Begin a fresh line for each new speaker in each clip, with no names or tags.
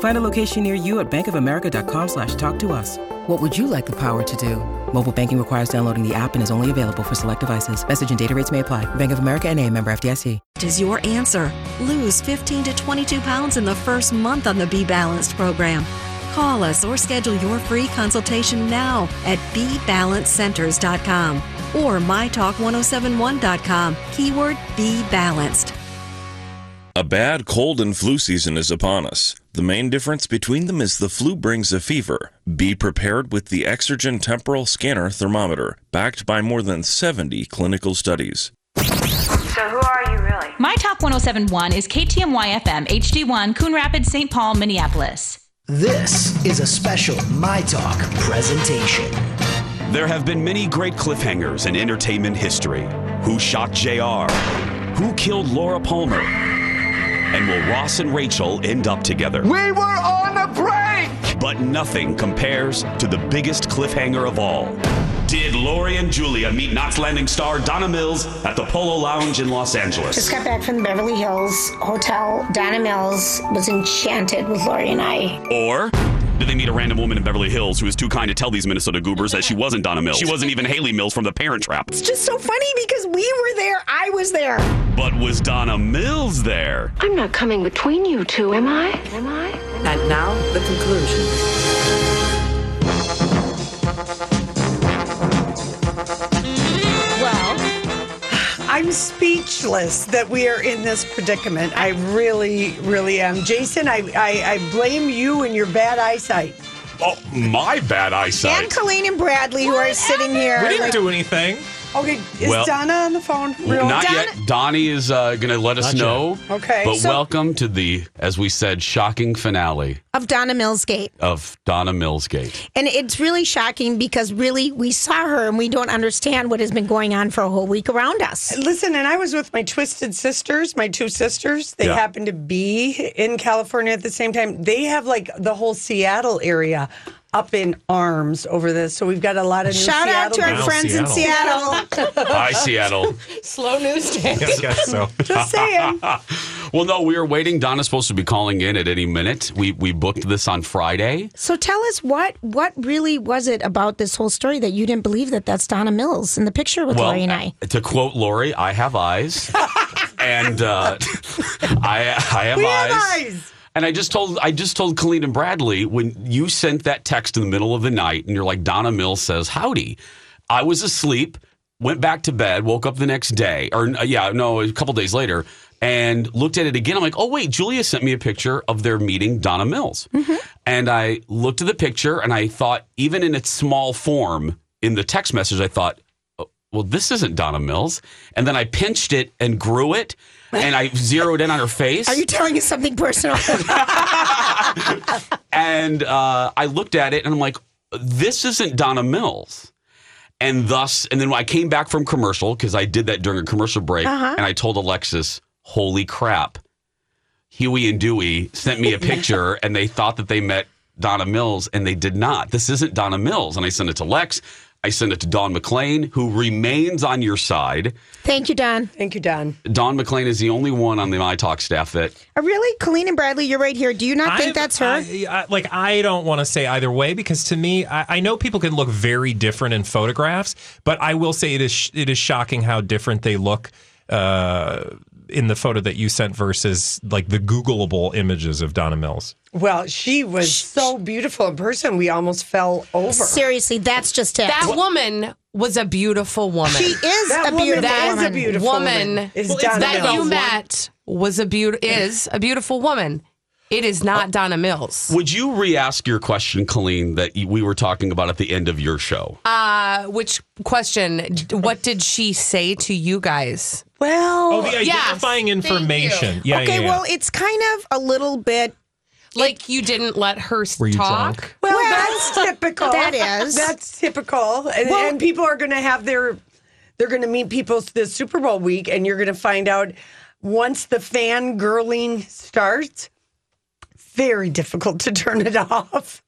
Find a location near you at bankofamerica.com slash talk to us. What would you like the power to do? Mobile banking requires downloading the app and is only available for select devices. Message and data rates may apply. Bank of America and a member FDIC.
is your answer. Lose 15 to 22 pounds in the first month on the Be Balanced program. Call us or schedule your free consultation now at BeBalanceCenters.com or MyTalk1071.com. Keyword Be Balanced.
A bad cold and flu season is upon us. The main difference between them is the flu brings a fever. Be prepared with the Exergen Temporal Scanner Thermometer, backed by more than 70 clinical studies.
So who are you really?
My Top 1071 is KTMY FM HD1 Coon Rapids, St. Paul, Minneapolis.
This is a special My Talk presentation.
There have been many great cliffhangers in entertainment history. Who shot JR? Who killed Laura Palmer? And will Ross and Rachel end up together?
We were on a break!
But nothing compares to the biggest cliffhanger of all. Did Lori and Julia meet Knots Landing star Donna Mills at the Polo Lounge in Los
Just
Angeles?
got back from the Beverly Hills Hotel. Donna Mills was enchanted with Lori and I.
Or did they meet a random woman in Beverly Hills who was too kind to tell these Minnesota goobers that she wasn't Donna Mills? She wasn't even Haley Mills from The Parent Trap.
Just so funny because we were there. I was there.
But was Donna Mills there?
I'm not coming between you two, am I? Am I?
And now the conclusion.
Well,
I'm speechless that we are in this predicament. I really, really am. Jason, I, I, I blame you and your bad eyesight.
Oh, my bad eyesight.
And Colleen and Bradley, who are sitting here.
we didn't
like-
do anything.
okay, is
Well-
Donna on the phone? Real-
Not
Donna-
yet.
Donnie is uh, going to let us
Not yet.
know.
Okay,
But
so-
welcome to the, as we said, shocking finale
of Donna Mills Gate.
of Donna Millsgate.
And it's really shocking because really we saw her and we don't understand what has been going on for a whole week around us.
Listen, and I was with my twisted sisters, my two sisters. They
Yeah.
happen to be in California at the same time. They have like the whole Seattle area up in arms over this. So we've got a lot of new
Shout out to our
Seattle-
friends in Seattle.
Hi, Seattle.
Slow news day.
Just saying.
well, no, we were waiting. Donna's supposed to be calling in at any minute. We we booked this on Friday.
So tell us what what really was it about this whole story that you didn't believe that that's Donna Mills in the picture with Lori and I?
uh, to quote Lori, I have eyes, and uh, I I have
We
eyes.
have
eyes.
And I just told I just told Colleen and Bradley when you sent that text in the middle of the night, and you're like Donna Mills says howdy. I was asleep, went back to bed, woke up the next day, or uh, yeah, no, a couple days later, and looked at it again. I'm like, oh wait, Julia sent me a picture of their meeting Donna Mills,
Mm-hmm.
and I looked at the picture, and I thought, even in its small form in the text message, I thought, "Oh, well, this isn't Donna Mills. And then I pinched it and grew it and I zeroed in on her face.
Are you telling us something personal?
and uh, I looked at it and I'm like, this isn't Donna Mills. And thus, and then when I came back from commercial, because I did that during a commercial break,
Uh-huh.
and I told Alexis, holy crap, Huey and Dewey sent me a picture and they thought that they met Donna Mills and they did not. This isn't Donna Mills. And I sent it to Lex. I sent it to Don McLean, who remains on your side.
Thank you, Don.
Thank you, Don.
Don McLean is the only one on the My Talk staff that
Uh, really? Colleen and Bradley, you're right here. Do you not think that's her?
I, I- like I don't want to say either way because to me, I, I know people can look very different in photographs, but I will say it is sh- it is shocking how different they look uh, in the photo that you sent versus like the Googleable images of Donna Mills?
Well, she was so beautiful in person. We almost fell over.
Seriously, that's just it.
That woman was a beautiful woman.
She is
That
a
woman
beautiful
is a
woman.
beautiful woman. Is Donna
that
Mills.
you met was a beaut is a beautiful woman. It is
Oh.
not Donna Mills.
Would you re-ask your question, Colleen, that you- we were talking about at the end of your show?
Uh, which question? d- What did she say to you guys?
Well,
Oh, the
yes.
identifying information. Yeah,
okay,
yeah, yeah.
well, it's kind of a little bit.
Like you didn't let her s-
Were you
talk.
drunk?
Well, that's typical.
that is.
That's typical. And,
Well-
and people are going to have their, they're going to meet people this Super Bowl week, and you're going to find out once the fangirling starts, very difficult to turn it off.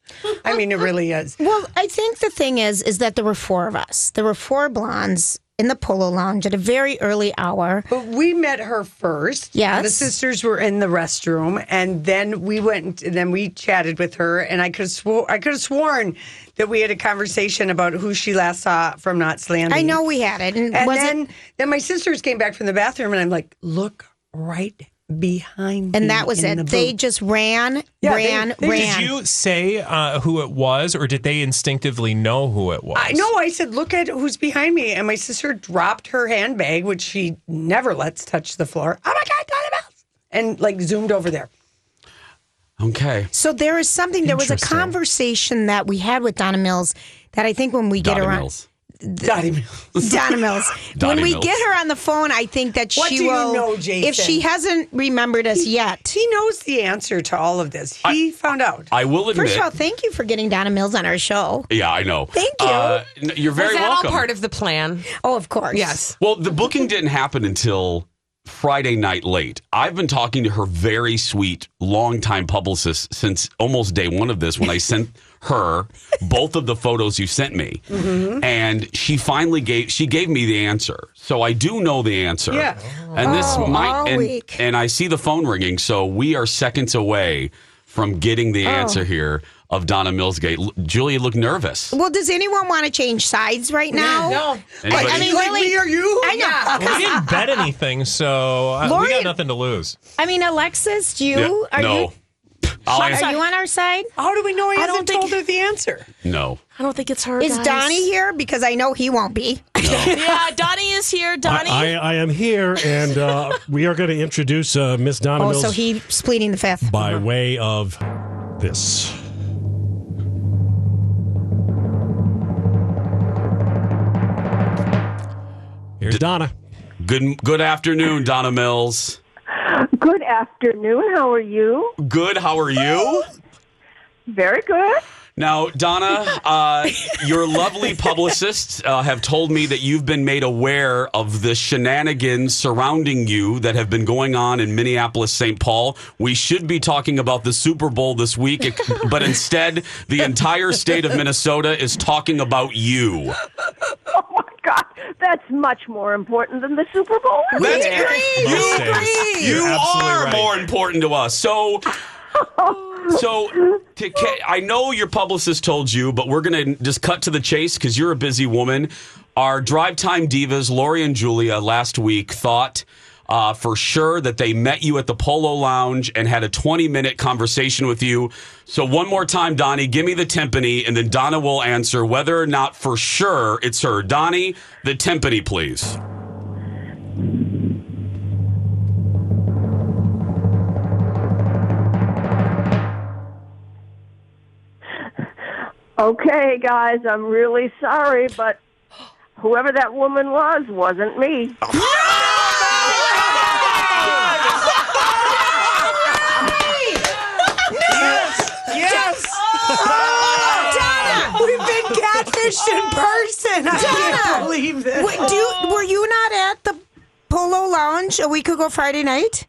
I mean, it really is.
Well, I think the thing is, is that there were four of us. There were four blondes in the polo lounge at a very early hour.
But we met her first.
Yes.
The sisters were in the restroom and then we went and then we chatted with her and I could have swo- I could have sworn that we had a conversation about who she last saw from Not Landing.
I know we had it, and,
And
was it-
then then my sisters came back from the bathroom and I'm like, look right behind me
and that was
in
it.
the
they
booth."
just ran,
Yeah, they-
ran,
they-
ran.
Did you say uh, who it was, or did they instinctively know who it was?
I know. I said, look at who's behind me. And my sister dropped her handbag, which she never lets touch the floor. Oh my God, Donna Mills! And like zoomed over there.
Okay.
So there is something. There was a
Interesting.
conversation that we had with Donna Mills that I think when we get
Donna
her
Mills.
Donna Mills.
on Donna Mills,
Donna
when we
Mills.
get her on the phone, I think that
What
she
do you
will.
know,
if she
Jason?
hasn't remembered us yet.
He knows the answer to all of this. He found out.
I will admit.
First of all, thank you for getting Donna Mills on our show.
yeah, I know.
Thank you.
Uh, n- you're very
was that
welcome.
all part of the plan?
Oh, of course.
Yes.
Well, the booking didn't happen until Friday night late. I've been talking to her very sweet, longtime publicist since almost day one of this when I sent her both of the photos you sent me.
Mm-hmm.
And she finally gave she gave me the answer. So I do know the answer.
Yeah.
And this
Oh, all
might and,
week.
and I see the phone ringing, so we are seconds away from getting
Oh.
the answer here of Donna Millsgate. L- Julia looked nervous.
Well, does anyone want to change sides right now?
No.
I, I
Anybody?
mean,
like
really,
me or you?
I know.
We didn't bet anything, so uh, we
Lori-
got nothing to lose.
I mean, Alexis, do you
Yeah,
are
no.
you
I'll
are
answer.
you on our side?
How do we know he
I
hasn't
don't think-
told her the answer?
No.
I don't think it's her.
Is Donnie here? Because I know he won't be.
yeah, Donnie is here. Donnie.
I, I am here, and uh, we are going to introduce uh, Miss Donna
Oh,
Mills
so he's pleading the fifth.
by
Uh-huh.
way of this. Here's Donna.
Good good afternoon, Donna Mills.
Good afternoon. How are you?
Good. How are you?
Very good.
Now, Donna, uh, your lovely publicists uh, have told me that you've been made aware of the shenanigans surrounding you that have been going on in Minneapolis, St. Paul. We should be talking about the Super Bowl this week, but instead, the entire state of Minnesota is talking about you.
Oh my God, that's much more important than the Super Bowl.
That's-
Both
You,
states.
you
You're absolutely
are
right.
more important to us. So, so to, ca- I know your publicist told you, but we're going to just cut to the chase because you're a busy woman. Our drive time divas, Lori and Julia, last week thought uh, for sure that they met you at the Polo Lounge and had a 20 minute conversation with you. So, one more time, Donnie, give me the timpani, and then Donna will answer whether or not for sure it's her. Donnie, the timpani, please.
Okay, guys, I'm really sorry, but whoever that woman was wasn't me.
Oh.
Yes. Oh, Donna, we've been catfished in person. I can't believe this.
Oh. Wait, do you, were you not at the Polo Lounge a week ago Friday night?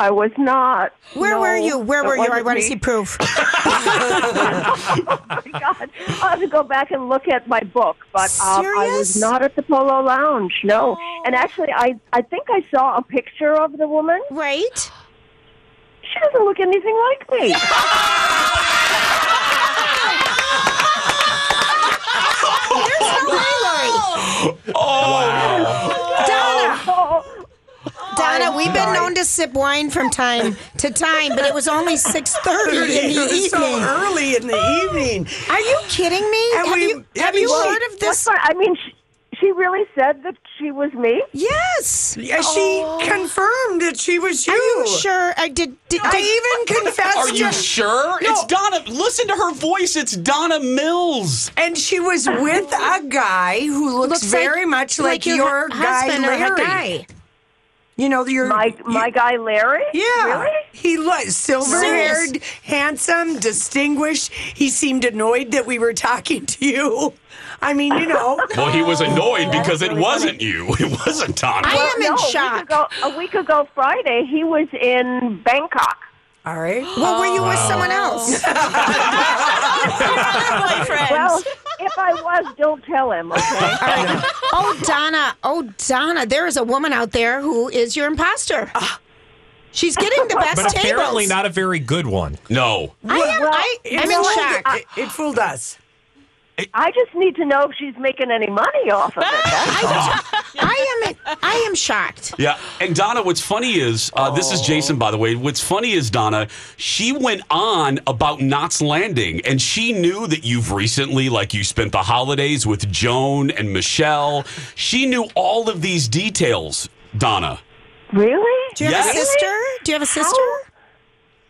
I was not.
Where
No,
were you? Where
it
were you? I
wasn't
want to
me.
see proof.
my God, I'll have to go back and look at my book. But um, I was
Serious? Oh.
not at the Polo Lounge. No, and actually, I I think I saw a picture of the woman.
right?
She doesn't look anything like me.
There's no way, Lori.
Oh,
Donna,
Oh,
Donna, Donna, we've been known to sip wine from time to time, but it was only six thirty in the
It
evening.
was so early in the evening.
Are you kidding me?
And
have
we-
you,
and
have
we
you
won't.
heard of this?
That's fine. I mean, she, she really said that she was me.
Yes. Oh.
Yeah, she confirmed that she was you.
Are you sure? I did. did did-
I even confessed.
Are you
to-
sure?
No.
It's Donna. Listen to her voice. It's Donna Mills.
And she was with a guy who looks,
Looks like-
very much like,
like your
your
hu-
guy,
husband or her
Larry.
guy.
You know, your
My my guy Larry.
Yeah.
Really?
He was silver haired,
Serious.
handsome, distinguished. He seemed annoyed that we were talking to you. I mean, you know.
Well, he was annoyed because it wasn't you. It wasn't Donna.
I am in
no, A
shock.
week, ago, a week ago Friday, he was in Bangkok.
All right.
Well, were you with someone else?
Well, if I was, don't tell him. Okay.
oh, Donna. Oh, Donna. There is a woman out there who is your imposter. She's getting the best
But
tables.
apparently not a very good one.
No.
I am. I,
It
I'm in
fooled-
shock.
It, it fooled us.
I just need to know if she's making any money off of it. That's
I am. in- I am shocked.
Yeah, and Donna, what's funny is uh, this is Jason, by the way. What's funny is Donna. She went on about Knots Landing, and she knew that you've recently, like, you spent the holidays with Joan and Michelle. She knew all of these details, Donna.
really?
Do you have a
Yes.
sister? Do you have a sister?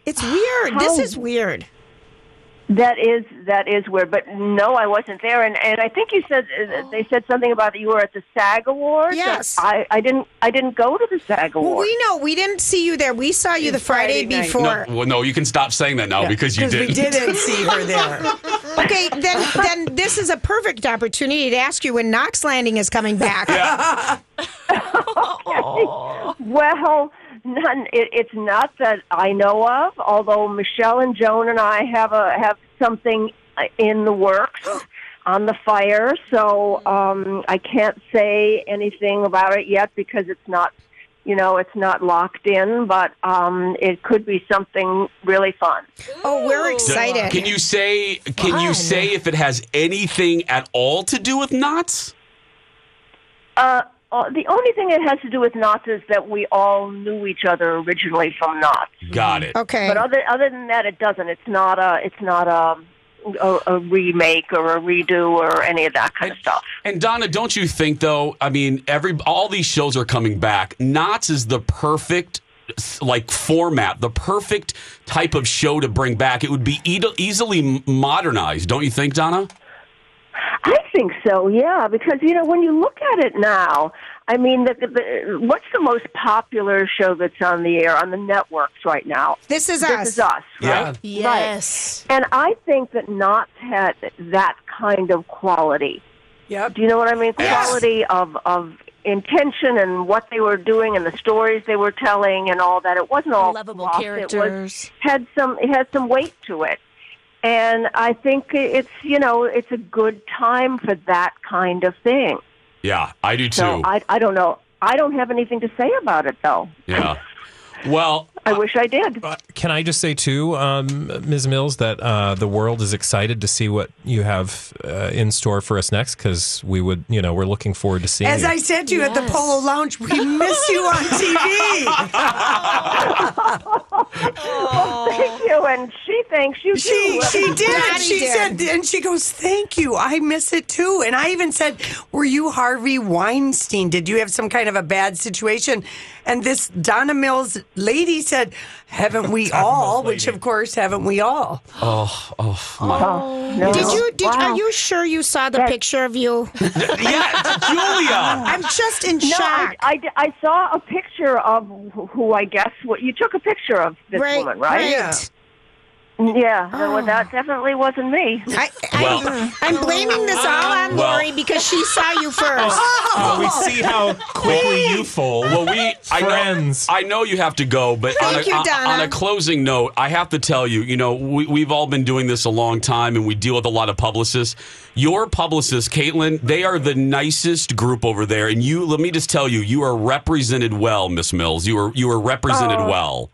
It's weird. This
How-
is weird.
That is that is weird. But no, I wasn't there. And and I think you said uh, they said something about that you were at the SAG Awards.
Yes.
I, I didn't I didn't go to the SAG
Well,
Awards.
we know we didn't see you there. We saw you the Friday,
Friday night.
before.
Well, no, you can stop saying that now because you
Because
didn't.
we didn't see her there.
Okay, then then this is a perfect opportunity to ask you when Knox Landing is coming back.
Well, none. It, it's not that I know of. Although Michelle and Joan and I have a have something uh, in the works on the fire, so um, I can't say anything about it yet because it's not, you know, it's not locked in. But um, it could be something really fun.
Oh, we're excited.
Can you say? Can you
Fun.
say if it has anything at all to do with knots?
Uh, uh, the only thing it has to do with knots is that we all knew each other originally from knots.
Got it.
okay.
But other other than that, it doesn't. It's not a it's not a a, a remake or a redo or any of that kind of stuff.
And Donna, don't you think though? I mean, every all these shows are coming back. Knots is the perfect like format, the perfect type of show to bring back. It would be e- easily modernized, don't you think, Donna?
I think so, yeah, because you know when you look at it now, I mean, the, the, what's the most popular show that's on the air on the networks right now?
this is
This
us.
is us, right?
Yes.
And I think that Knots had that kind of quality.
Yep.
Do you know what I mean?
Yes.
Quality of of intention and what they were doing and the stories they were telling and all that. It wasn't all
Lovable
fluff.
characters.
It was, had some it had some weight to it. And I think it's you know it's a good time for that kind of thing.
Yeah, I do too.
So I I don't know. I don't have anything to say about it though.
yeah. Well,
I wish I did.
Uh, Can I just say too, um, Ms. Mills, that uh, the world is excited to see what you have uh, in store for us next because we would, you know, we're looking forward to seeing.
As
you.
I said to you at the
Yes.
Polo Lounge, we miss you on TV.
Thank you, and she thanks you
She
too.
she did.
Daddy
She
did.
said, and she goes, "Thank you. I miss it too." And I even said, "Were you Harvey Weinstein? Did you have some kind of a bad situation?" And this Donna Mills lady said, "Haven't we all?" Which, of course, haven't we all?
oh, oh, my.
Oh, no.
Did you? Did,
Wow.
Are you sure you saw the
That-
picture of you?
yeah, Julia.
I'm just in
No,
shock.
I, I, I saw a picture of wh- who I guess what you took a picture of this
right, Oh.
woman, right? Mm,
Yeah.
Yeah, that- well, that definitely wasn't me.
I, I,
Well-
I'm blaming this all on
Well-
Lori because she saw you first.
Well,
Oh.
we see how quickly you fold.
Well, we I know,
Friends.
I know you have to go, but on a,
Thank you,
on-
Donna.
on a closing note, I have to tell you, you know, we, we've all been doing this a long time, and we deal with a lot of publicists. Your publicists, Caitlin, they are the nicest group over there, and you. Let me just tell you, you are represented well, Miss Mills. You are you are represented
Oh.
well.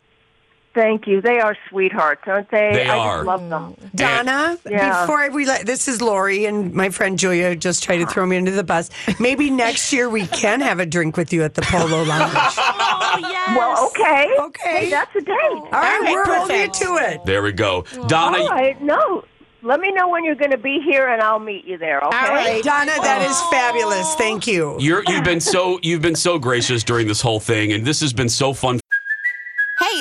Thank you. They are sweethearts, aren't they?
They
I
are.
Just love them.
Donna,
Yeah.
before we let this is Lori and my friend Julia just tried to throw me under the bus. Maybe next year we can have a drink with you at the Polo Lounge.
Oh, yes.
Okay.
Okay.
Hey, that's a date. All
right, we're holding you to it.
There we go. Donna,
All right, no. Let me know when you're going to be here, and I'll meet you there. Okay.
All right, Donna, that is fabulous. Thank you.
You're, you've been so you've been so gracious during this whole thing, and this has been so fun.
Hey,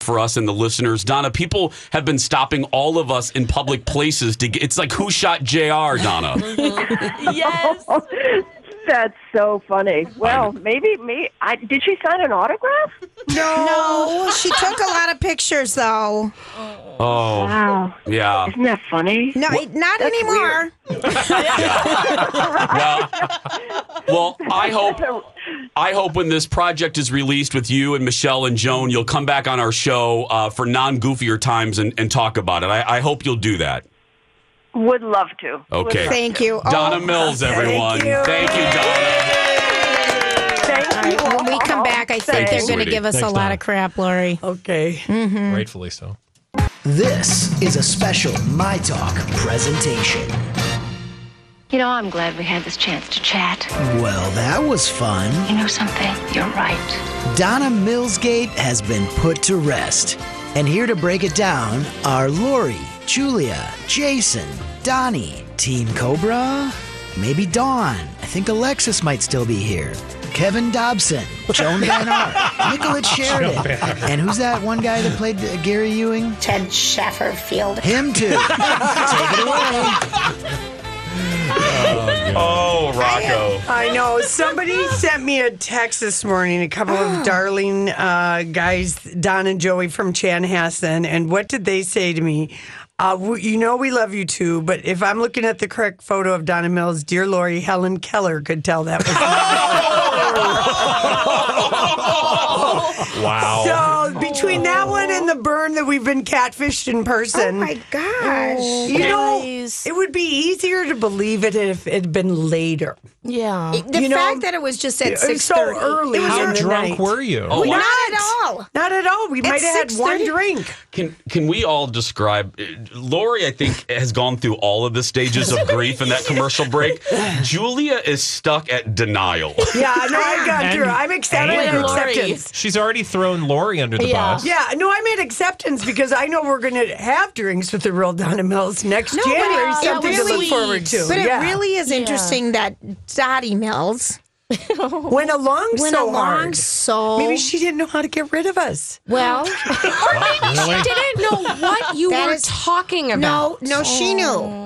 for us and the listeners. Donna, people have been stopping all of us in public places to get. It's like who shot Jr. Donna.
yes. That's so funny. Well, maybe me. I, did she sign an autograph?
No, she took a lot of pictures though.
Oh,
Wow.
yeah.
Isn't that funny?
No, not anymore.
Well, well, I hope I hope when this project is released with you and Michelle and Joan, you'll come back on our show uh, for non goofier times and, and talk about it. I, I hope you'll do that.
Would love to. Would
Okay.
love
Thank you. Oh,
Donna Mills, everyone.
you.
Thank you, Donna.
to. Thank you.
when we come back, I think
Thank you,
they're going to
sweetie.
give us
Thanks,
a lot
Donna.
of crap, Lori.
Okay.
Hmm.
Mm-hmm.
Rightfully so.
This is a special My Talk presentation.
You know, I'm glad we had this chance to chat.
Well, that was fun.
You know something? You're right.
Donna Millsgate has been put to rest. And here to break it down are Lori, Julia, Jason, Donnie, Team Cobra, maybe Dawn. I think Alexis might still be here. Kevin Dobson, Joan Van Art, Nicolette Sheridan, and who's that one guy that played uh, Gary Ewing?
Ted Schaffer Field.
Him too. Take it away.
Oh, Rocco.
I know. Somebody sent me a text this morning, a couple of darling uh, guys, Don and Joey from Chanhassen. And what did they say to me? Uh, w- you know, we love you too, but if I'm looking at the correct photo of Donna Mills, dear Lori, Helen Keller could tell that was.
Wow.
So between that one and the burn that we've been catfished in
Oh
person,
my gosh.
you know,
Guys.
it would be easier to believe it if it had been later.
Yeah.
The
You know,
fact that it was just at
it was
six
so
thirty.
early.
It was
How
How
in the
drunk
night.
were you?
Oh,
not
wow.
at all.
Not at all. We might have had one
6:30.
drink.
Can can we all describe? Lori, I think, has gone through all of the stages of grief in that commercial break. Julia is stuck at denial.
Yeah, no, I got
And
through. I'm accepting
anger.
acceptance.
She's already thrown Lori under the
Yeah.
bus.
Yeah, no, I'm at acceptance because I know we're going to have drinks with the real Donna Mills next
but it-
January.
it
something to
really-
look forward to.
But
yeah.
it really is interesting that Dottie Mills
went along
went
so
along
hard.
so
Maybe she didn't know how to get rid of us.
well.
Really?
Didn't know what you
That
were
is-
talking about.
No, no,
Oh.
she knew.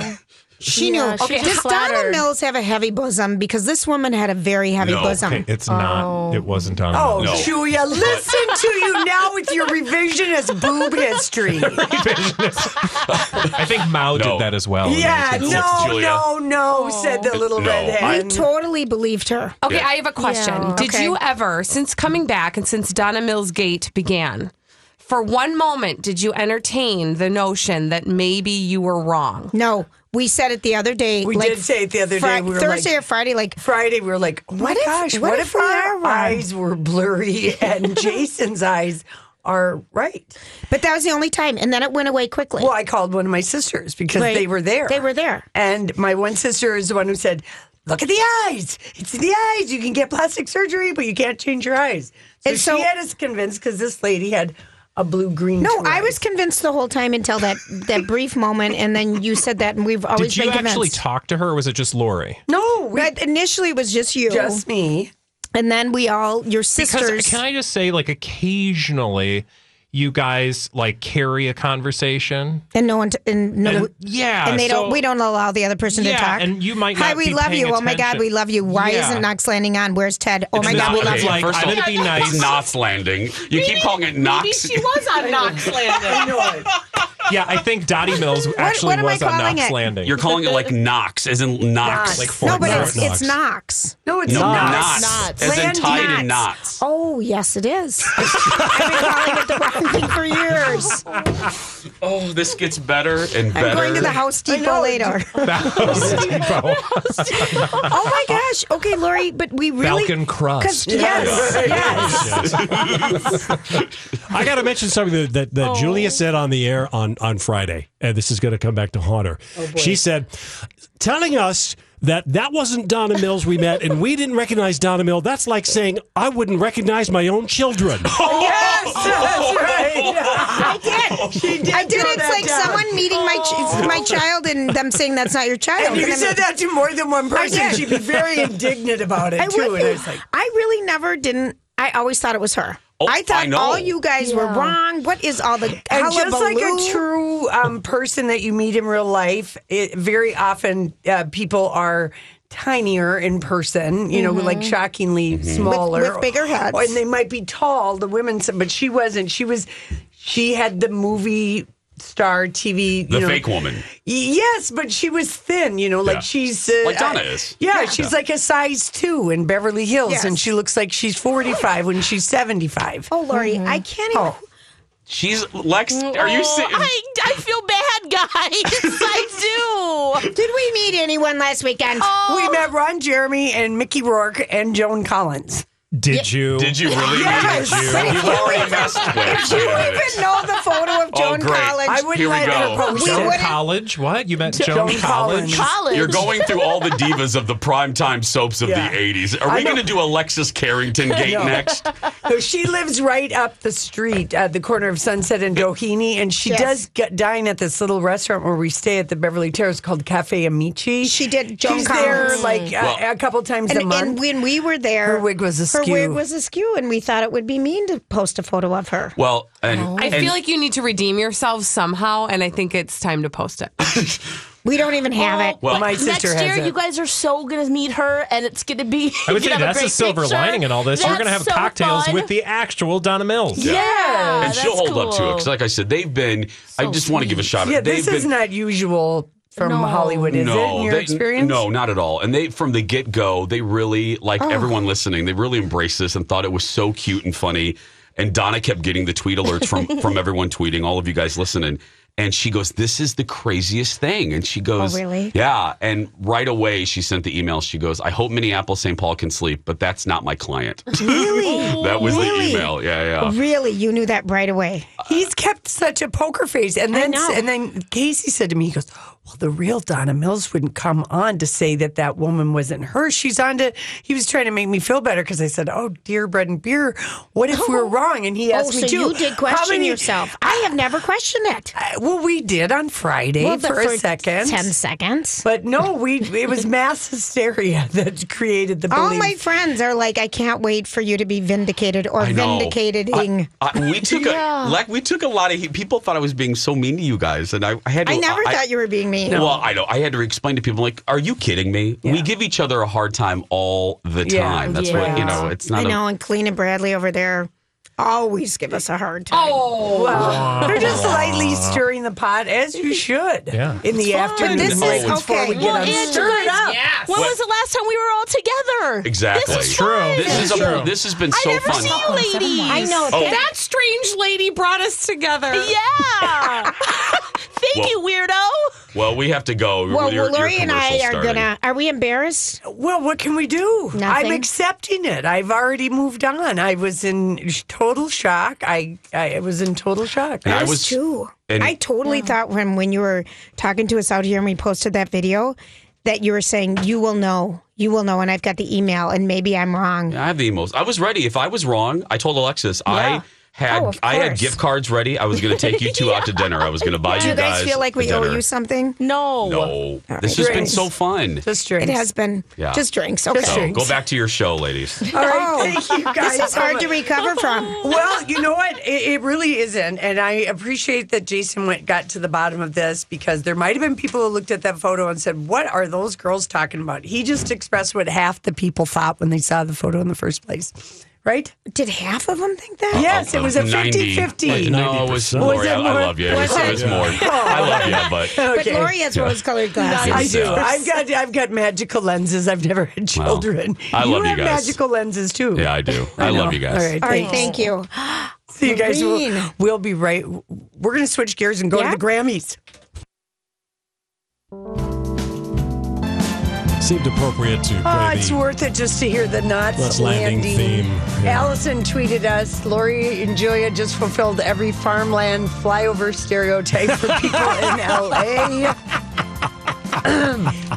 She
Yeah,
knew.
she was
Does Donna
flattered.
Mills have a heavy bosom? Because this woman had a very heavy
No.
bosom.
Hey, it's not. Um, It wasn't on.
Oh,
No.
Julia, listen to you now with your revisionist boob history.
I think Mao
No.
did that as well.
yeah,
It's
no,
Julia.
no, no, said
Oh.
the little
No,
redhead.
I-
You totally believed her.
Okay, I have a question.
Yeah.
Did
Okay.
you ever, since coming back and since Donna Mills Gate began, for one moment did you entertain the notion that maybe you were wrong?
No, we said it the other day.
We did say it the other
Fri-
day. We were
Thursday
like-
or Friday. Like
Friday, we were like, oh my
What if-
gosh,
what
what,
if
if,
we are
our
wrong?
eyes were blurry and Jason's eyes are right?
But that was the only time, and then it went away quickly.
Well, I called one of my sisters because
Right.
they were there.
They were there.
And my one sister is the one who said, look at the eyes. It's in the eyes. You can get plastic surgery, but you can't change your eyes. So,
And so-
she had us convinced because this lady had a blue green.
no, I was convinced the whole time until that that brief moment, and then you said that, and we've always
Did you
been
actually
convinced.
talk to her, or was it just Lori?
No, we,
But initially, it was just you,
just me.
and then we all your
Because
sisters.
can I just say, like, occasionally you guys like carry a conversation.
And no one, t- and no,
And-
one-
yeah,
and they
so-
don't. We don't allow the other person
Yeah,
to talk.
and you might
Hi,
not
we
be
love you.
paying
Oh my God,
attention.
we love you. Why
Yeah.
isn't Knox landing on? Where's Ted? Oh my God, we love you.
like,
First
I'm
of all,
gonna be nice.
It's Knox Landing. You keep calling it
Maybe
Knox.
she was on Knox Landing.
Yeah, I think Dottie Mills actually
what am I
was on
calling
Knox
it?
Landing.
You're calling it like Knox, as in Knox.
Like Fort
no, but
Knox.
it's it's Knox.
No,
it's No, not. knots. Knots. As in
Land
tied in knots.
Oh yes, it is. I've been calling it the wrong thing for years.
Oh, this gets better and better.
I'm going to the House Depot later. oh my gosh. Okay, Lori, but we really
Falcon crust.
'Cause- Yes.
Yes.
I got to mention something that, that,
Oh.
that Julia said on the air on, on Friday, and this is going to come back to haunt her.
Oh,
she said, telling us that that wasn't Donna Mills we met and we didn't recognize Donna Mill, that's like saying I wouldn't recognize my own children.
Yes, that's right.
I did.
She did
I did.
throw
It's
that
like
down. Oh.
someone meeting my ch- my child and them saying that's not your child.
And you
then-
said that to more than one person.
did.
She'd be very indignant about it
I
too. And I
wouldn't.
was like,
I really never didn't. I always thought it was her.
Oh,
I
I
thought
know.
all you guys were
Yeah.
wrong. What is all the
and just like
hullabaloo?
a true um, person that you meet in real life, it, very often uh, people are tinier in person. You know,
Mhm.
like
Mm-hmm.
shockingly smaller,
with bigger heads.
and they might be tall. The women, but she wasn't. She was. She had the movie star TV. You
The
know,
fake woman.
Yes, but she was thin, you know, like
Yeah.
she's uh,
Like Donna is.
Yeah,
Yeah.
she's
Yeah.
like a size two in Beverly Hills,
Yes.
and she looks like she's forty five when she's seventy five. Mm-hmm.
Oh, Lori, I can't even.
She's Lex. Are
Oh,
you sitting?
I, I feel bad, guys. I do.
Did we meet anyone last weekend? Oh,
We met Ron Jeremy and Mickey Rourke and Joan Collins.
Did you?
Did you really?
Yes.
Did
But
you?
if
You've
you
already
even-
messed with
if you
it.
even know the photo of
Oh,
Joan
great.
Collins,
I wouldn't Here we let her go. post
We
it.
Joan
wouldn't.
College? What? You met
Joan
Joan,
Collins.
College?
College.
You're going through all the divas of the primetime soaps of
Yeah.
the 80s. Are
I
we
know.
going to do Alexis Carrington
I
Gate
know.
next?
So she lives right up the street at the corner of Sunset and Doheny, and she
Yes.
does get, dine at this little restaurant where we stay at the Beverly Terrace called Cafe Amici.
She did Joan
She's there
Collins.
like uh,
Well-
a couple times
and,
a month.
and when we were there,
Her wig was askew.
Her wig was askew, and we thought it would be mean to post a photo of her.
Well, and,
I
and-
feel like you need to redeem yourself somehow, and I think it's time to post it.
We don't even have it.
well,
my
Next
sister has
year,
it.
you guys are so gonna meet her, and it's gonna be.
I would
you're
say
gonna have a
that's the
great
silver
picture.
lining in all this. We're
That's
going to have
so
cocktails
fun.
with the actual Donna Mills.
Yeah,
and she'll
that's
hold up to it
cool.
because, like I said, they've been. I just want to give a shout out.
yeah,
they've
this
been,
is not usual from
No.
Hollywood, is it? In your
they-
experience?
No, not at all. And they from the get go, they really like
Oh.
everyone listening. They really embraced this and thought it was so cute and funny. And Donna kept getting the tweet alerts from from everyone tweeting, all of you guys listening. And she goes, "This is the craziest thing." And she goes,
Oh, really?
Yeah. And right away, she sent the email. She goes, "I hope Minneapolis St. Paul can sleep, but that's not my client."
really?
that was
Really?
the email. Yeah, yeah.
Really, you knew that right away.
He's kept such a poker face, and
I
then
know.
and then Casey said to me, he goes, "Well, the real Donna Mills wouldn't come on to say that that woman wasn't her. She's on to." He was trying to make me feel better because I said, "Oh, dear bread and beer, what if we're wrong?" And he
Oh,
asked
so
me too.
you did question
how many-
yourself. I have never questioned it.
Uh, Well, we did on Friday
Well, the
for a
first
second,
10 seconds.
but no, we it was mass hysteria that created the
All
belief.
Oh, my friends are like, I can't wait for you to be vindicated or
I know.
vindicated
I, I- we took
Yeah.
a like we took a lot of heat. People thought I was being so mean to you guys, and I, I had. To,
I never thought you were being mean.
Well, I know. I had to explain to people, like, are you kidding me? We give each other a hard time all the
Yeah.
time. That's what, you know, it's
I
not
know,
a.
and Clean and Bradley over there always give us a hard time.
Oh,
Well, they're just lightly stirring the pot as you should
Yeah.
in the afternoon.
But this is-
like, before we
okay.
get
well,
on
and you
stir it
guys-
up.
When
What?
was the last time we were all together?
Exactly.
This is
True.
fun.
This
This
is,
is
a,
true.
this has been
I
so
never
fun.
see you ladies.
I know.
Oh.
That strange lady brought us together.
Yeah. Thank
Well-
you, weirdo.
Oh, Well, we have to go.
Well,
Your- your
Lori and I
commercial's
are
starting.
gonna. Are we embarrassed?
Well, what can we do? I'm
Nothing.
accepting it. I've already moved on. I was in sh- total shock. I I was in total shock.
And I
Us
was-
too.
and-
I totally thought when when you were talking to us out here and we posted that video that you were saying you will know, you will know, and I've got the email, and maybe I'm wrong.
I have the emails. I was ready. If I was wrong, I told Alexis, I had
Oh, of
I had
course.
gift cards ready. I was going to take you two out to dinner. I was going to buy
Do
you
you guys, feel like
a
we owe
dinner.
you something?
No.
No, this has been
Drinks.
so fun.
Just
It has been
Yeah.
just drinks. Okay.
So, go back to your show, ladies.
All right, thank you guys.
Oh, This is
so
hard to
much.
recover from.
Well, you know what? It, it really isn't, and I appreciate that Jason went got to the bottom of this because there might have been people who looked at that photo and said, "What are those girls talking about?" He just expressed what half the people thought when they saw the photo in the first place, right?
Did half of them think that?
Yes, it was a 50-50.
Like, no, it was Lori. I, I love you. It was, it was more. I love you, but
But Lori has
Yeah.
rose-colored glasses.
I do.
Yeah.
I've got I've got magical lenses. I've never had
Wow.
children.
I love you
have
guys.
magical lenses too.
yeah, I do. I, love you guys.
All right,
All right, thank
thanks.
you.
So you guys will
Maureen.
we'll be right. We're gonna switch gears and go
Yeah.
to the Grammys.
Seemed appropriate to play
Oh, it's
the-
worth it just to hear the nuts
Nuts landing theme, yeah.
Allison tweeted us, Lori and Julia just fulfilled every farmland flyover stereotype for people in LA.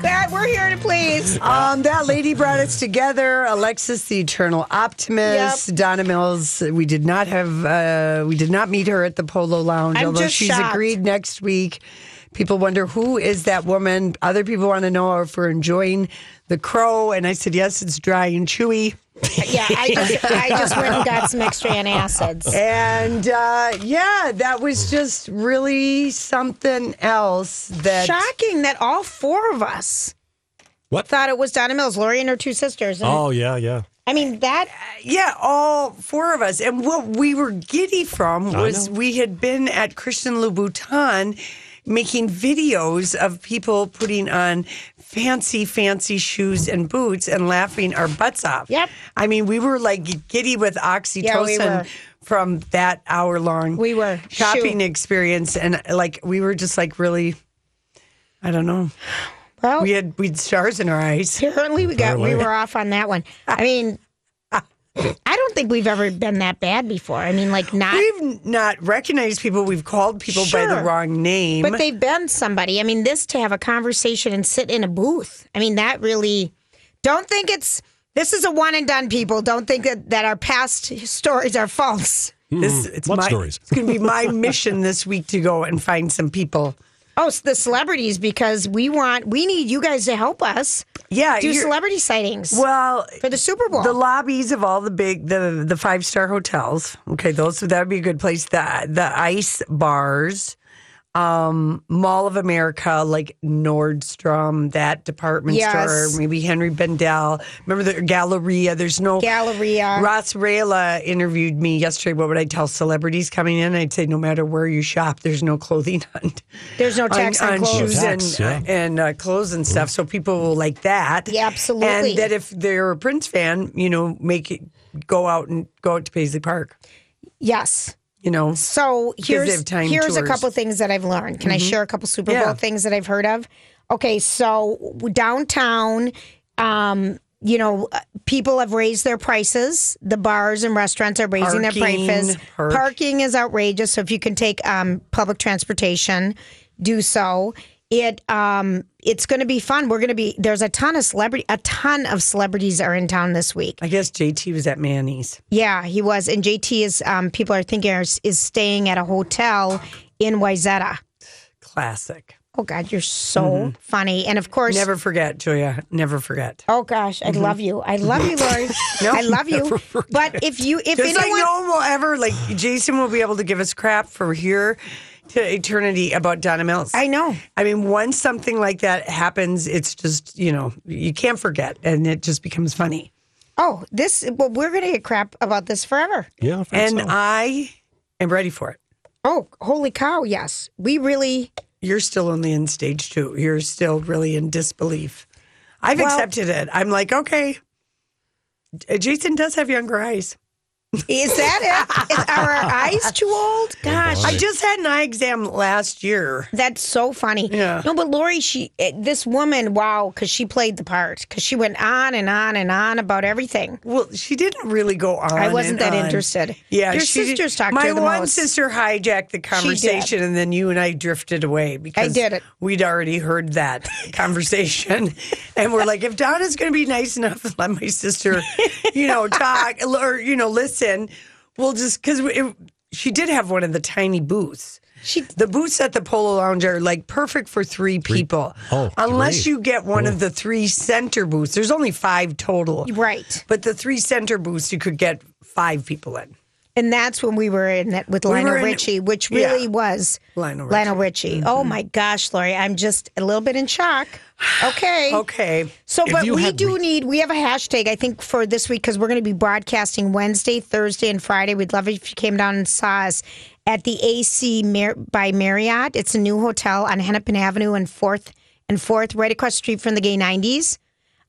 Glad we're here to please.
Um, that lady brought us together. Alexis, the eternal optimist. Donna Mills. We did not have. Uh, we did not meet her at the Polo Lounge,
I'm
although
just
she's
shocked.
agreed next week. People wonder who is that woman. Other people want to know if we're enjoying the crow, and I said yes, it's dry and chewy.
Yeah, I just, I just went and got some extra antacids.
And uh, yeah, that was just really something else. That
Shocking that all four of us
What?
thought it was Donna Mills, Lori and her two sisters. And
Oh yeah, yeah.
I mean, that
Yeah, all four of us. And what we were giddy from
I
was
know.
we had been at Christian Louboutin making videos of people putting on fancy, fancy shoes and boots and laughing our butts off. Yep. I mean, we were like giddy with oxytocin.
Yeah, we were.
From that hour long
we were
shopping
Shoot.
experience, and like we were just like really, I don't know.
Well,
We had we'd stars in our eyes.
apparently we got we
Apparently.
were off on that one. I mean, I don't think we've ever been that bad before. I mean, like not.
We've not recognized people. We've called people by the
Sure.
wrong name.
But they've been somebody. I mean, this to have a conversation and sit in a booth. I mean, that really. Don't think it's. This is a one and done, people. Don't think that, that our past stories are false.
This it's
What
my,
stories?
It's going to be my mission this week to go and find some people.
Oh, it's the celebrities, because we want, we need you guys to help us
Yeah,
do
you're-
celebrity sightings
Well,
for the Super Bowl.
the lobbies of all the big the the five star hotels. Okay, those that would be a good place. The the ice bars, um, Mall of America, like Nordstrom, that department
Yes.
store, maybe Henry Bendel. Remember the Galleria? There's no
Galleria.
Ross Rayla interviewed me yesterday. What would I tell celebrities coming in? I'd say no matter where you shop, there's no clothing on.
There's no tax on, clothes.
shoes
Tax,
and and uh, clothes and stuff. So people will like that.
Yeah, absolutely.
And that if they're a Prince fan, you know, make it go out and go out to Paisley Park.
Yes.
You know,
So
they have
here's
time
here's a
tours. Mm-hmm.
couple things that I've learned. Can I share a couple Super
Yeah.
Bowl things that I've heard of? Okay, so downtown, um, you know, uh, people have raised their prices. The bars and restaurants are raising
Parking,
their prices.
park.
Parking is outrageous. So if you can take um, public transportation, do so. It um, it's going to be fun. We're going to be there's a ton of celebrity, a ton of celebrities are in town this week.
I guess JT was at Manny's.
Yeah, he was. And JT is, um, people are thinking, is, is staying at a hotel in Wayzata.
Classic.
Oh, God, you're so funny. And of course,
Mm-hmm. Never forget, Julia. Never forget.
oh, gosh, I love you. I love you, Lori.
No,
I love you. But if you, if
Just like
anyone,
no one will ever like Jason will be able to give us crap from here to eternity about Donna Mills.
I know.
I mean, once something like that happens, it's just you know you can't forget, and it just becomes funny.
Oh, this, well, we're going to get crap about this forever.
Yeah. I think
And
so.
I am ready for it.
Oh, holy cow. Yes. We really,
You're still only in stage two. You're still really in disbelief. I've
Well-
accepted it. I'm like, okay. J- Jason does have younger eyes.
is that it? Is- are our eyes too
Oh,
old? Gosh.
I just had an eye exam last year.
That's so funny.
Yeah.
No, but Lori, she eh, this woman, wow, because she played the part because she went on and on and on about everything.
Well, she didn't really go on.
I wasn't
and
that
on.
interested.
Yeah,
Your
she did-
sisters talked to
My
her the
one
most.
sister hijacked the conversation, and then you and I drifted away because
did it.
We'd already heard that conversation, and we're like, if Donna's going to be nice enough to let my sister, you know, talk or you know, listen. Well, just because she did have one of the tiny booths. She, the booths at the Polo Lounge are like perfect for three people.
Oh,
unless
great. Oh.
you get one
Cool.
of the three center booths. There's only five total.
Right.
But the three center booths, you could get five people in.
And that's when we were in it with
We
Lionel
were in-
Richie, which really
yeah.
was
Lionel Richie. Mm-hmm.
Lionel Richie. Oh my gosh, Lori, I'm just a little bit in shock. Okay.
okay.
So,
If
but
you
we
had
do need, we have a hashtag, I think, for this week because we're going to be broadcasting Wednesday, Thursday, and Friday. We'd love it if you came down and saw us at the AC Mar- by Marriott. It's a new hotel on Hennepin Avenue and 4th and 4th, right across the street from the Gay 90s.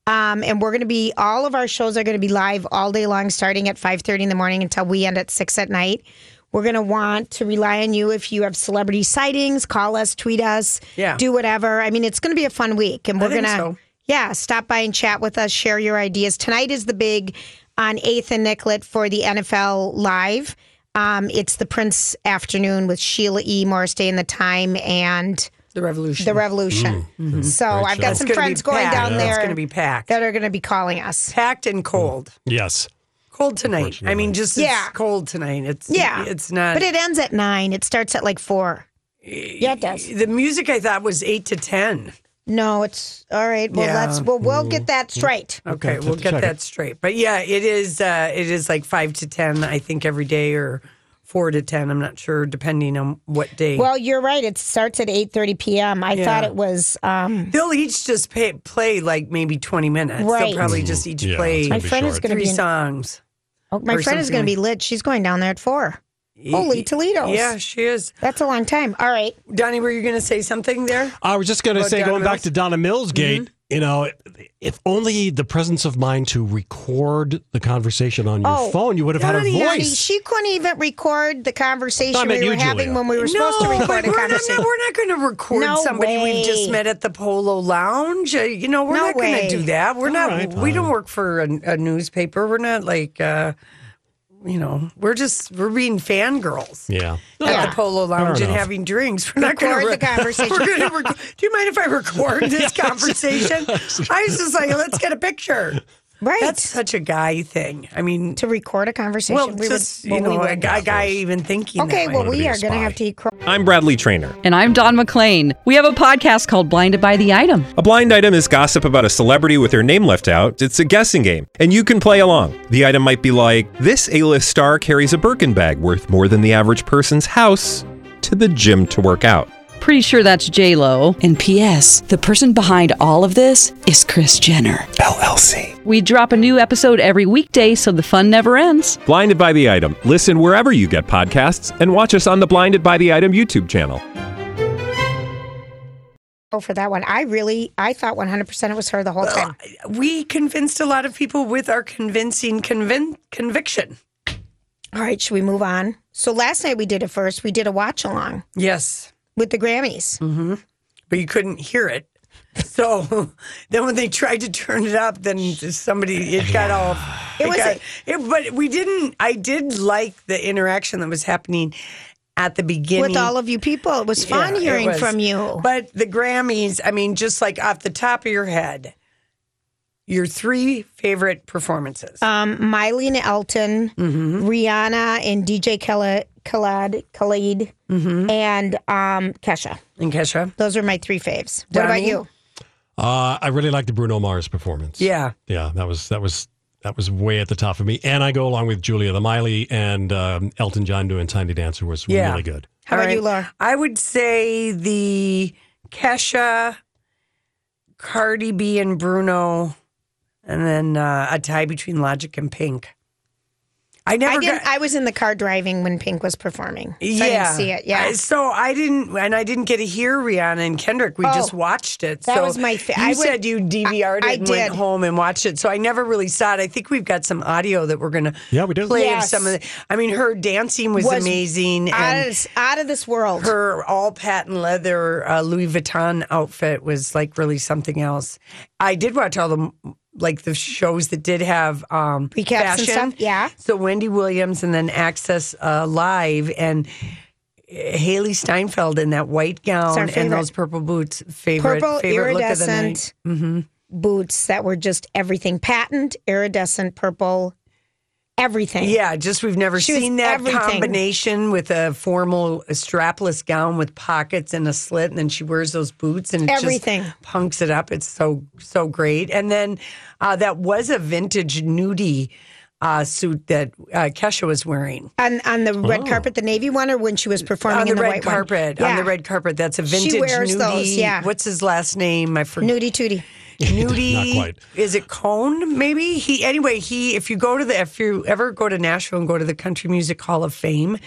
Um, and we're going to be all of our shows are going to be live all day long, starting at five thirty in the morning until we end at six at night. We're going to want to rely on you if you have celebrity sightings. Call us, tweet us,
Yeah.
do whatever. I mean, it's going to be a fun week, and
I
we're
think
going to
so.
yeah stop by and chat with us, share your ideas. Tonight is the big on Eighth and Nicollet for the NFL Live. Um, it's the Prince afternoon with Sheila E. Morris Day and the Time and
the Revolution.
The Revolution. Mm-hmm. So
Great
I've got
show.
some
It's gonna be
friends going
packed.
down
Yeah.
there.
It's
gonna be packed.
That are going to be calling us.
Packed and cold.
Yes.
Cold tonight. I mean, just yeah.
Yeah.
cold tonight. It's
Mm. Yeah.
It's not.
But it ends at nine. It starts at like four.
Yeah,
it does.
The music I thought was eight to ten.
No, it's all right. Well,
Yeah. Mm.
let's well we'll get that straight.
Okay, we'll get that straight. But yeah, it is. Uh, it is like five to ten, I think, every day, or four to ten. I'm not sure, depending on what day.
Well, you're right. It starts at eight thirty p.m. I
Yeah.
thought it was. Um,
they'll each just pay, play like maybe 20 minutes.
Right.
They'll probably just each
Yeah,
play.
it's gonna My be friend is short. gonna
three
be in-
songs.
oh, my
Or
friend is going to be
something.
lit. She's going down there at four. Holy Toledo!
Yeah, she is.
That's a long time. All right,
Donnie, were you going to say something there?
I was just going to
About
say,
Donna
going back
Mills?
to Donna Mills Gate,
Mm-hmm.
you know, if only the presence of mind to record the conversation on your
Oh,
phone, you would have had a
Donnie, Donnie,
voice.
she couldn't even record the conversation
I
we
meant
were
you,
having
Julia.
when we were
No,
supposed to
but
record a
we're not,
conversation.
we're not going to record
No
somebody we've just
way.
met at the Polo Lounge. Uh, You know, we're
No
not going
way.
to do that. We're not.
right,
we don't work for a, a newspaper. We're not like, uh, you know, we're just we're being fangirls.
yeah.
At the Polo Lounge and
enough.
having drinks. We're not going to
Record the conversation.
We're gonna rec- do you mind if I record
Yeah,
this
exactly.
conversation? I was just like, let's get a picture.
Right.
That's such a guy thing. I mean,
to record a conversation.
well,
we
just
would,
you
well, we
know, a
would.
guy, guy even thinking.
Okay,
that
well,
way.
we are going to have to eat. crow-
I'm Bradley Trainer.
And I'm Don McClain. We have a podcast called Blinded by the Item.
A blind item is gossip about a celebrity with their name left out. It's a guessing game, and you can play along. The item might be like this: A-list star carries a Birkin bag worth more than the average person's house to the gym to work out.
Pretty sure that's J Lo. And P.S. The person behind all of this is Chris Jenner LLC. We drop a new episode every weekday, so the fun never ends.
Blinded by the item. Listen wherever you get podcasts, and watch us on the Blinded by the Item YouTube channel.
Oh, for that one, I really, I thought 100% it was her the whole time.
we convinced a lot of people with our convincing convin- conviction.
All right, should we move on? So last night we did it first. We did a watch along
Yes,
with the Grammys.
hmm but you couldn't hear it. So then, when they tried to turn it up, then somebody it got all.
It was-
got- it, but we didn't. I did like the interaction that was happening at the beginning
With all of you people, it was fun
Yeah, it
hearing
was.
from you.
But the Grammys, I mean, just like off the top of your head, your three favorite performances.
Um, Miley and Elton,
Mm-hmm.
Rihanna and DJ Khaled, Khaled, Khalid, and um, Kesha.
Mm-hmm. And Kesha.
Those are my three faves. What about
Donnie?
you?
Uh, I really liked the Bruno Mars performance.
Yeah.
Yeah, that was that was that was way at the top of me. And I go along with Julia, the Miley and um, Elton John doing Tiny Dancer was
Yeah.
really good.
How about
All
you, Laura?
I would say the Kesha, Cardi B, and Bruno, and then uh, a tie between Logic and Pink. I never
I
got-
didn't. I was in the car driving when Pink was performing. So I didn't see it. Yeah.
I- so I didn't, and I didn't get to hear Rihanna and Kendrick. We
Oh.
just watched it.
That
so
was my fa-
You
I would-
said you DVR'd it
I
and went
did.
home and watched it. So I never really saw it. I think we've got some audio that we're gonna
yeah we do
play
Yes.
of some of. The, I mean, her dancing was,
Was
amazing.
out,
and
of, this- out of this world.
her all patent leather uh, Louis Vuitton outfit was like really something else. I did watch all the like the shows that did have um,
Recaps and
fashion.
stuff. Yeah.
So Wendy Williams and then Access uh, Live and eh, Haley Steinfeld in that
It's
white gown
our
and
favorite.
those purple boots. Favorite
Purple
favorite look of the night.
iridescent
Mm-hmm.
boots that were just everything patent, iridescent, purple. everything.
Yeah, just we've never
She was
seen that
everything.
combination with a formal strapless gown with pockets and a slit, and then she wears those boots and it
Everything.
just punks it up. It's so so great. And then uh, that was a vintage nudie uh, suit that uh, Kesha was wearing.
On, on the red
Oh.
carpet, the navy one, or when she was performing
on the,
in the
red
white one?
carpet, on
Yeah.
the red carpet, that's a
She
vintage
wears
nudie.
those, yeah.
What's his last name? I forget.
Nudie Tootie.
Nudie.
Not quite.
Is it Cone? Maybe he. Anyway, he. If you go to the, if you ever go to Nashville and go to the Country Music Hall of Fame,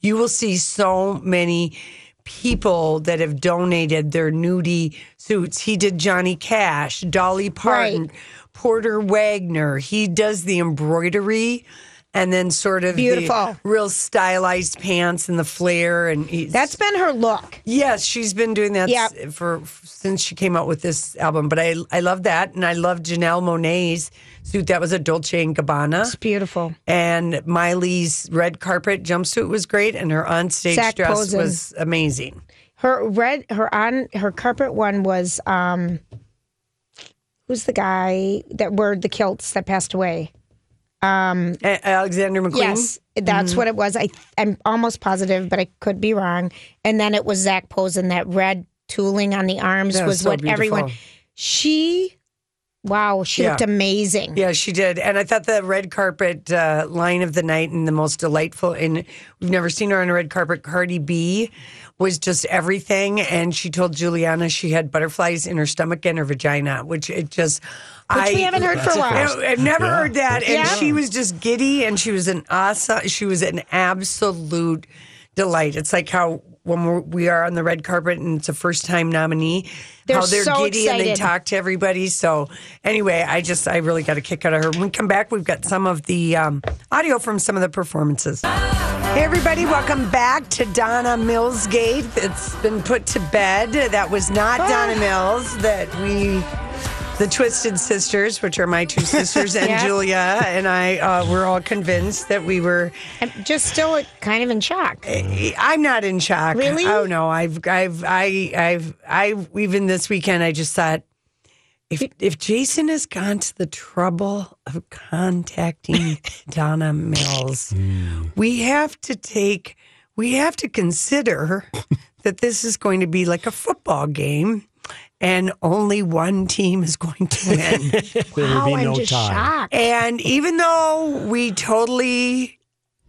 you will see so many people that have donated their nudie suits. He did Johnny Cash, Dolly Parton, Porter Wagner. He does the embroidery. And then sort of the
Beautiful.
real stylized pants and the flare, and that's
been her look.
Yes, she's been doing that
Yep.
s- for f- since she came out with this album. But I I love that, and I love Janelle Monae's suit. That was a Dolce and Gabbana. It's
beautiful.
And Miley's red carpet jumpsuit was great, and her onstage
Zach
dress
Posen.
was amazing.
Her red, her on her carpet one was um, who's the guy that wore the kilts that passed away? Um,
Alexander McQueen.
Yes, that's
Mhm.
what it was. I I'm almost positive, but I could be wrong. And then it was Zach Posen that red tooling on the arms
That
was,
was so
what everyone.
beautiful.
She, wow, she looked
Yeah.
amazing.
Yeah, she did. And I thought the red carpet uh, line of the night and the most delightful, and we've never seen her on a red carpet, Cardi B was just everything. And she told Juliana she had butterflies in her stomach and her vagina, which it just.
Which
I,
we haven't heard for a while.
I- I've never
Yeah.
heard that. And
Yeah.
she was just giddy and she was an awesome, she was an absolute delight. It's like how when we're, we are on the red carpet and it's a first time nominee,
They're
how they're
so
giddy and they
excited.
talk to everybody. So anyway, I just I really got a kick out of her. When we come back, we've got some of the um, audio from some of the performances. Hey everybody, welcome back to Donna Mills Gate. It's been put to bed. That was not Donna Mills that we the Twisted Sisters, which are my two sisters and
Yeah.
Julia, and I uh, were all convinced that we were Eh,
I'm just still kind of in shock.
I'm not in shock.
Really?
Oh no, I've I've I I've I even this weekend I just thought if if Jason has gone to the trouble of contacting Donna Mills, we have to take we have to consider that this is going to be like a football game and only one team is going to win.
There would be no time.
And even though we totally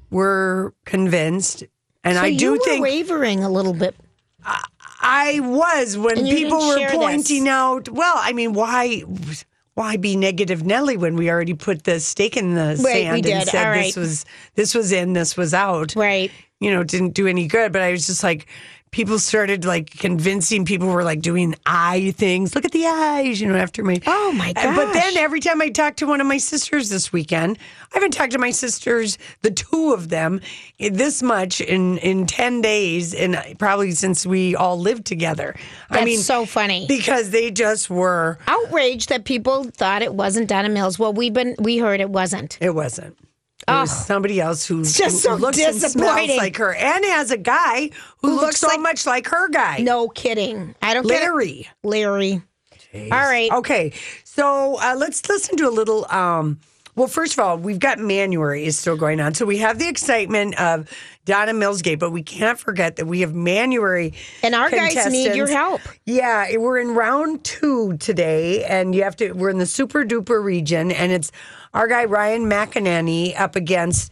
were convinced, and
So
I do
you were
think
wavering a little bit.
I was when
And you
people
didn't
were
share this.
pointing out. Well, I mean, why? Why be negative Nelly when we already put the stake in the
Right, we
sand and
did.
said
All
this
right.
was this was in, this was out.
Right.
You know, it didn't do any good. But I was just like, people started like convincing people were like doing eye things. Look at the eyes, you know, after my
Oh my
Uh, But then
gosh.
every time I talk to one of my sisters this weekend, I haven't talked to my sisters, the two of them, i- this much in in ten days, and uh, probably since we all lived together. I
That's
mean,
so funny.
because they just were.
Outraged that people thought it wasn't Donna Mills. Well, we've been we heard it wasn't.
It wasn't. It was somebody else who,
It's just so
who looks and smells
disappointing.
like her, and has a guy who,
Who
looks,
looks
so
like-
much like her guy.
No kidding. I don't get it.
Larry.
Larry. All right.
Okay. So uh, let's listen to a little. Um, well, first of all, we've got Manuary is still going on, so we have the excitement of Donna Millsgate, but we can't forget that we have Manuary
And our guys need your
contestants.
help.
Yeah, it- we're in round two today, and you have to. We're in the super duper region, and it's our guy Ryan McEnany up against.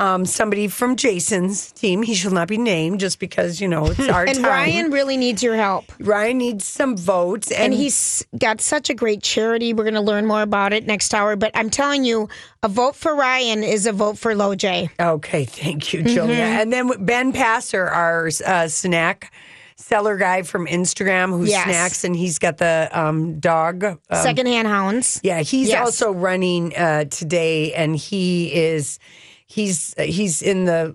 Um, somebody from Jason's team. He shall not be named just because, you know, it's our
and
time.
Ryan really needs your help.
Ryan needs some votes,
And,
and,
he's got such a great charity. We're going to learn more about it next hour. But I'm telling you, a vote for Ryan is a vote for LoJ.
Okay, thank you, Julia.
Mhm.
And then Ben Passer, our uh, snack seller guy from Instagram, who
Yes.
snacks, and he's got the um, dog um,
Secondhand hounds.
Yeah, he's
Yes.
also running uh, today, and he is he's uh, he's in the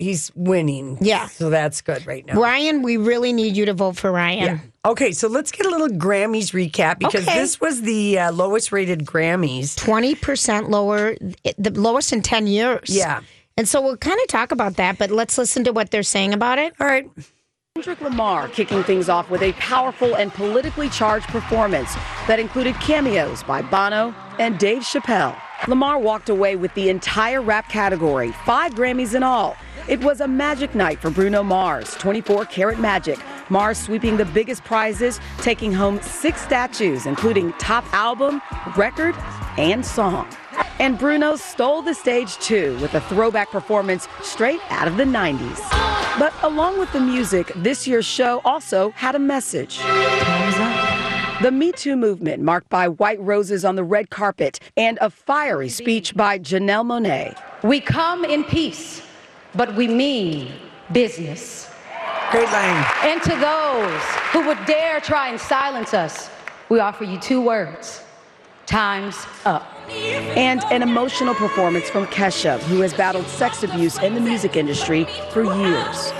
he's winning.
Yeah.
so that's good right now.
Ryan, we really need you to vote for Ryan.
Yeah. Okay, so let's get a little Grammys recap because
Okay.
this was the uh, lowest rated Grammys.
20% lower, the lowest in 10 years.
Yeah.
And so we'll kind of talk about that, but let's listen to what they're saying about it.
All right.
Kendrick Lamar kicking things off with a powerful and politically charged performance that included cameos by Bono and Dave Chappelle. Lamar walked away with the entire rap category, five Grammys in all. It was a magic night for Bruno Mars, 24 karat magic. Mars sweeping the biggest prizes, taking home six statues, including top album, record, and song. And Bruno stole the stage too with a throwback performance straight out of the 90s. But along with the music, this year's show also had a message. The Me Too movement, marked by white roses on the red carpet and a fiery speech by Janelle Monet.
We come in peace, but we mean business.
Great line.
And to those who would dare try and silence us, we offer you two words time's up.
And an emotional performance from Kesha, who has battled sex abuse in the music industry for years.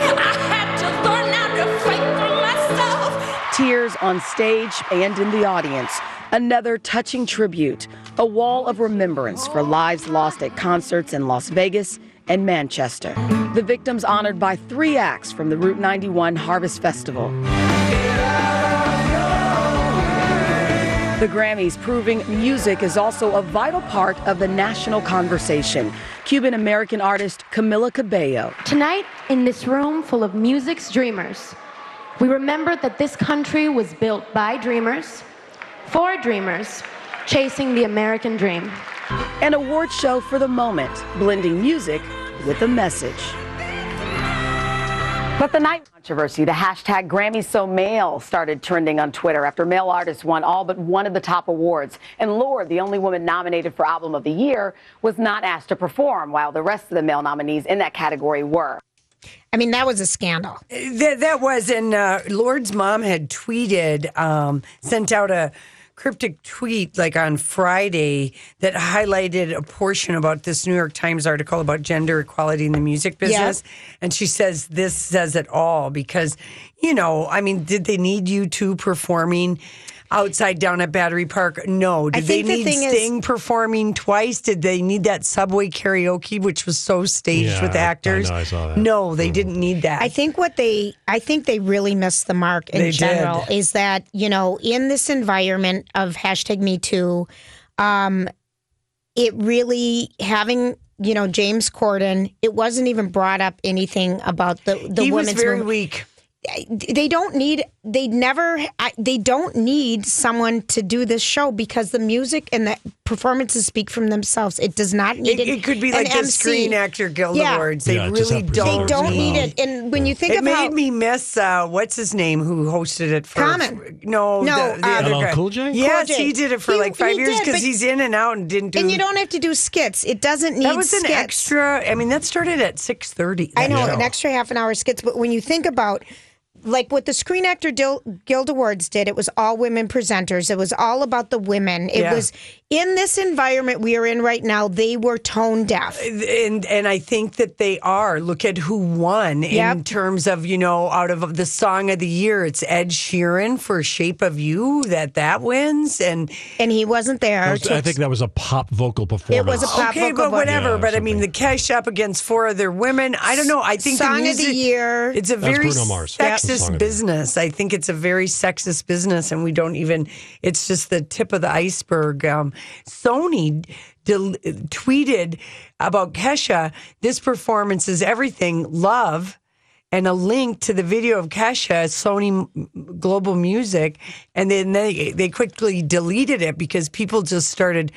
Tears on stage and in the audience. Another touching tribute, a wall of remembrance for lives lost at concerts in Las Vegas and Manchester. The victims honored by three acts from the Route 91 Harvest Festival. The Grammys proving music is also a vital part of the national conversation. Cuban American artist Camila Cabello.
Tonight, in this room full of music's dreamers, we remember that this country was built by dreamers, for dreamers, chasing the American dream.
An award show for the moment, blending music with a message.
But the night controversy, the hashtag Grammy So Male started trending on Twitter after male artists won all but one of the top awards. And Lord, the only woman nominated for Album of the Year, was not asked to perform, while the rest of the male nominees in that category were.
I mean, that was a scandal.
That, that was, and uh, Lord's mom had tweeted, um, sent out a cryptic tweet like on Friday that highlighted a portion about this New York Times article about gender equality in the music business. And she says this says it all because, you know, I mean, did they need you two performing? Outside down at Battery Park? No. Did they
think the
need
thing is-
Sting performing twice? Did they need that subway karaoke, which was so staged
Yeah,
with
I- I
actors?
know, I saw that. Mm.
No, they didn't need that.
I think what they, I think they really missed the mark in
They did.
general is that you know in this environment of hashtag Me Too, um, it really having you know James Corden, it wasn't even brought up anything about the the
he was
women's
very
movement.
weak.
they don't need they never I, they don't need someone to do this show because the music and the performances speak from themselves it does not need
It,
it
it could be
an
like the
MC.
Screen Actor Guild
Yeah.
Awards. They
Yeah, just
really
have
don't.
presenters They don't need it. And when you think
it
about-
made me miss uh, what's his name who hosted it for
Common.
No,
No,
the, the
uh,
other
LL
guy.
Cool J?
Yes,
Cool J.
he did it for
He-
like five
he
years
did,
because
but-
he's in and out and didn't do.
and you don't have to do skits it doesn't need
that was an
skits
extra. I mean, that started at six thirty.
I know an extra half an hour skits, but when you think about like what the Screen Actor Dil- Guild Awards did, it was all women presenters. It was all about the women. It
Yeah.
was in this environment we are in right now. They were tone deaf.
Uh, and and I think that they are. Look at who won in
Yep.
terms of you know out of the song of the year. It's Ed Sheeran for "Shape of You" that that wins, and
and he wasn't there.
That was- I think that was a pop vocal performance.
It was a pop
okay,
vocal
but whatever.
Yeah,
but I mean, the cash up against four other women. I don't know. I think
Song of
the
the
music,
year.
It's a
That's
very
Bruno Mars. That's the song of
sexist
the year.
business. I think it's a very sexist business, and we don't even. It's just the tip of the iceberg. Um, Sony. Del- tweeted about Kesha. This performance is everything. Love and a link to the video of Kesha, Sony M- Global Music, and then they they quickly deleted it because people just started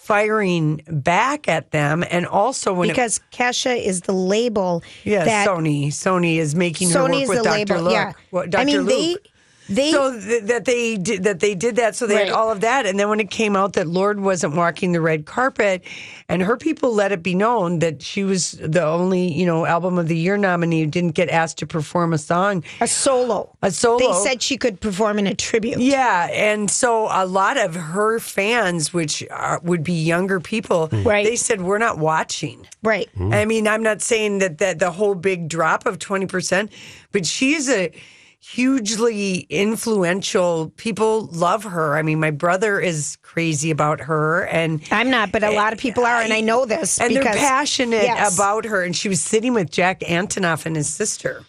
firing back at them, and also when it-
because Kesha is the label
yeah,
that
Sony Sony is making her
Sony
work
is
with
the
Dr.
label,
Luke.
yeah.
Well, Dr.
I mean, they-
Luke.
they-
so th- that they did, that they did that, so they had
Right.
all of that, and then when it came out that Lord wasn't walking the red carpet, and her people let it be known that she was the only you know album of the year nominee who didn't get asked to perform a song,
a solo,
a solo.
They said she could perform in a tribute.
Yeah, and so a lot of her fans, which are, would be younger people,
Right.
they said we're not watching.
Right.
I mean, I'm not saying that that the whole big drop of 20%, but she's a hugely influential. People love her. I mean, my brother is crazy about her and
I'm not, but a lot of people are, and I know this
and
because
they're passionate
Yes.
about her and she was sitting with Jack Antonoff and his sister.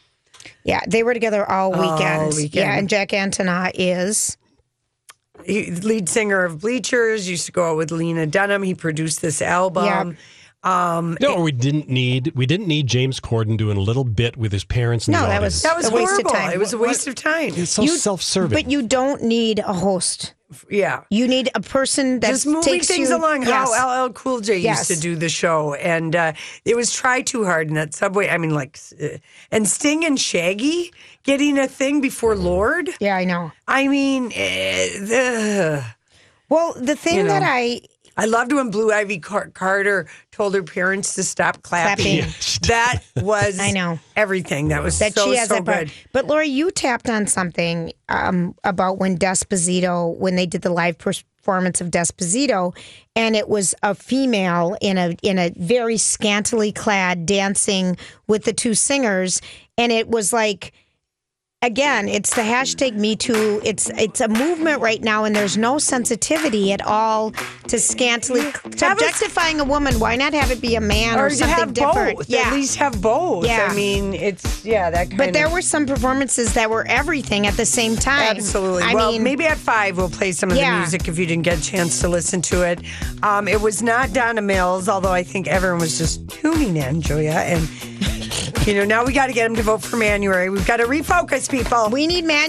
Yeah, they were together all
All
weekend.
weekend.
Yeah, and Jack Antona is
he, lead singer of Bleachers, used to go out with Lena Dunham. He produced this album. Um,
No, we didn't need we didn't need James Corden doing a little bit with his parents. In the audience.
that was
a waste of
horrible.
time.
It was a
What-
waste of time.
It's so self-serving.
But you don't need a host.
Yeah.
You need a person that
just moving
takes
things
you,
along.
Yes.
How LL Cool J
Yes.
used to do the show, and uh, it was try too hard in that subway. I mean, like, uh, and Sting and Shaggy getting a thing before Lord.
Yeah, I know.
I mean, eh, the,
well, the thing that I
I loved when Blue Ivy Car- Carter told her parents to stop clapping.
Clapping.
That was
I know.
everything. That was
that
so
she has
so
that part.
good.
But Lori, you tapped on something um, about when Desposito, when they did the live performance of Desposito, and it was a female in a in a very scantily clad dancing with the two singers, and it was like. Again, it's the hashtag Me Too. It's it's a movement right now, and there's no sensitivity at all to scantily to
Have a-
objectifying a woman. Why not have it be a man or,
to
something
have
different?
both. At least have both.
Yeah.
I mean, it's yeah, that kind
But there
of-
were some performances that were everything at the same time.
Absolutely.
I
well,
mean,
maybe at five we'll play some of
Yeah.
the music if you didn't get a chance to listen to it. Um, it was not Donna Mills, although I think everyone was just tuning in, Julia. And, you know, now we got to get them to vote for Manuary. We've got to refocus people.
We need Manuary.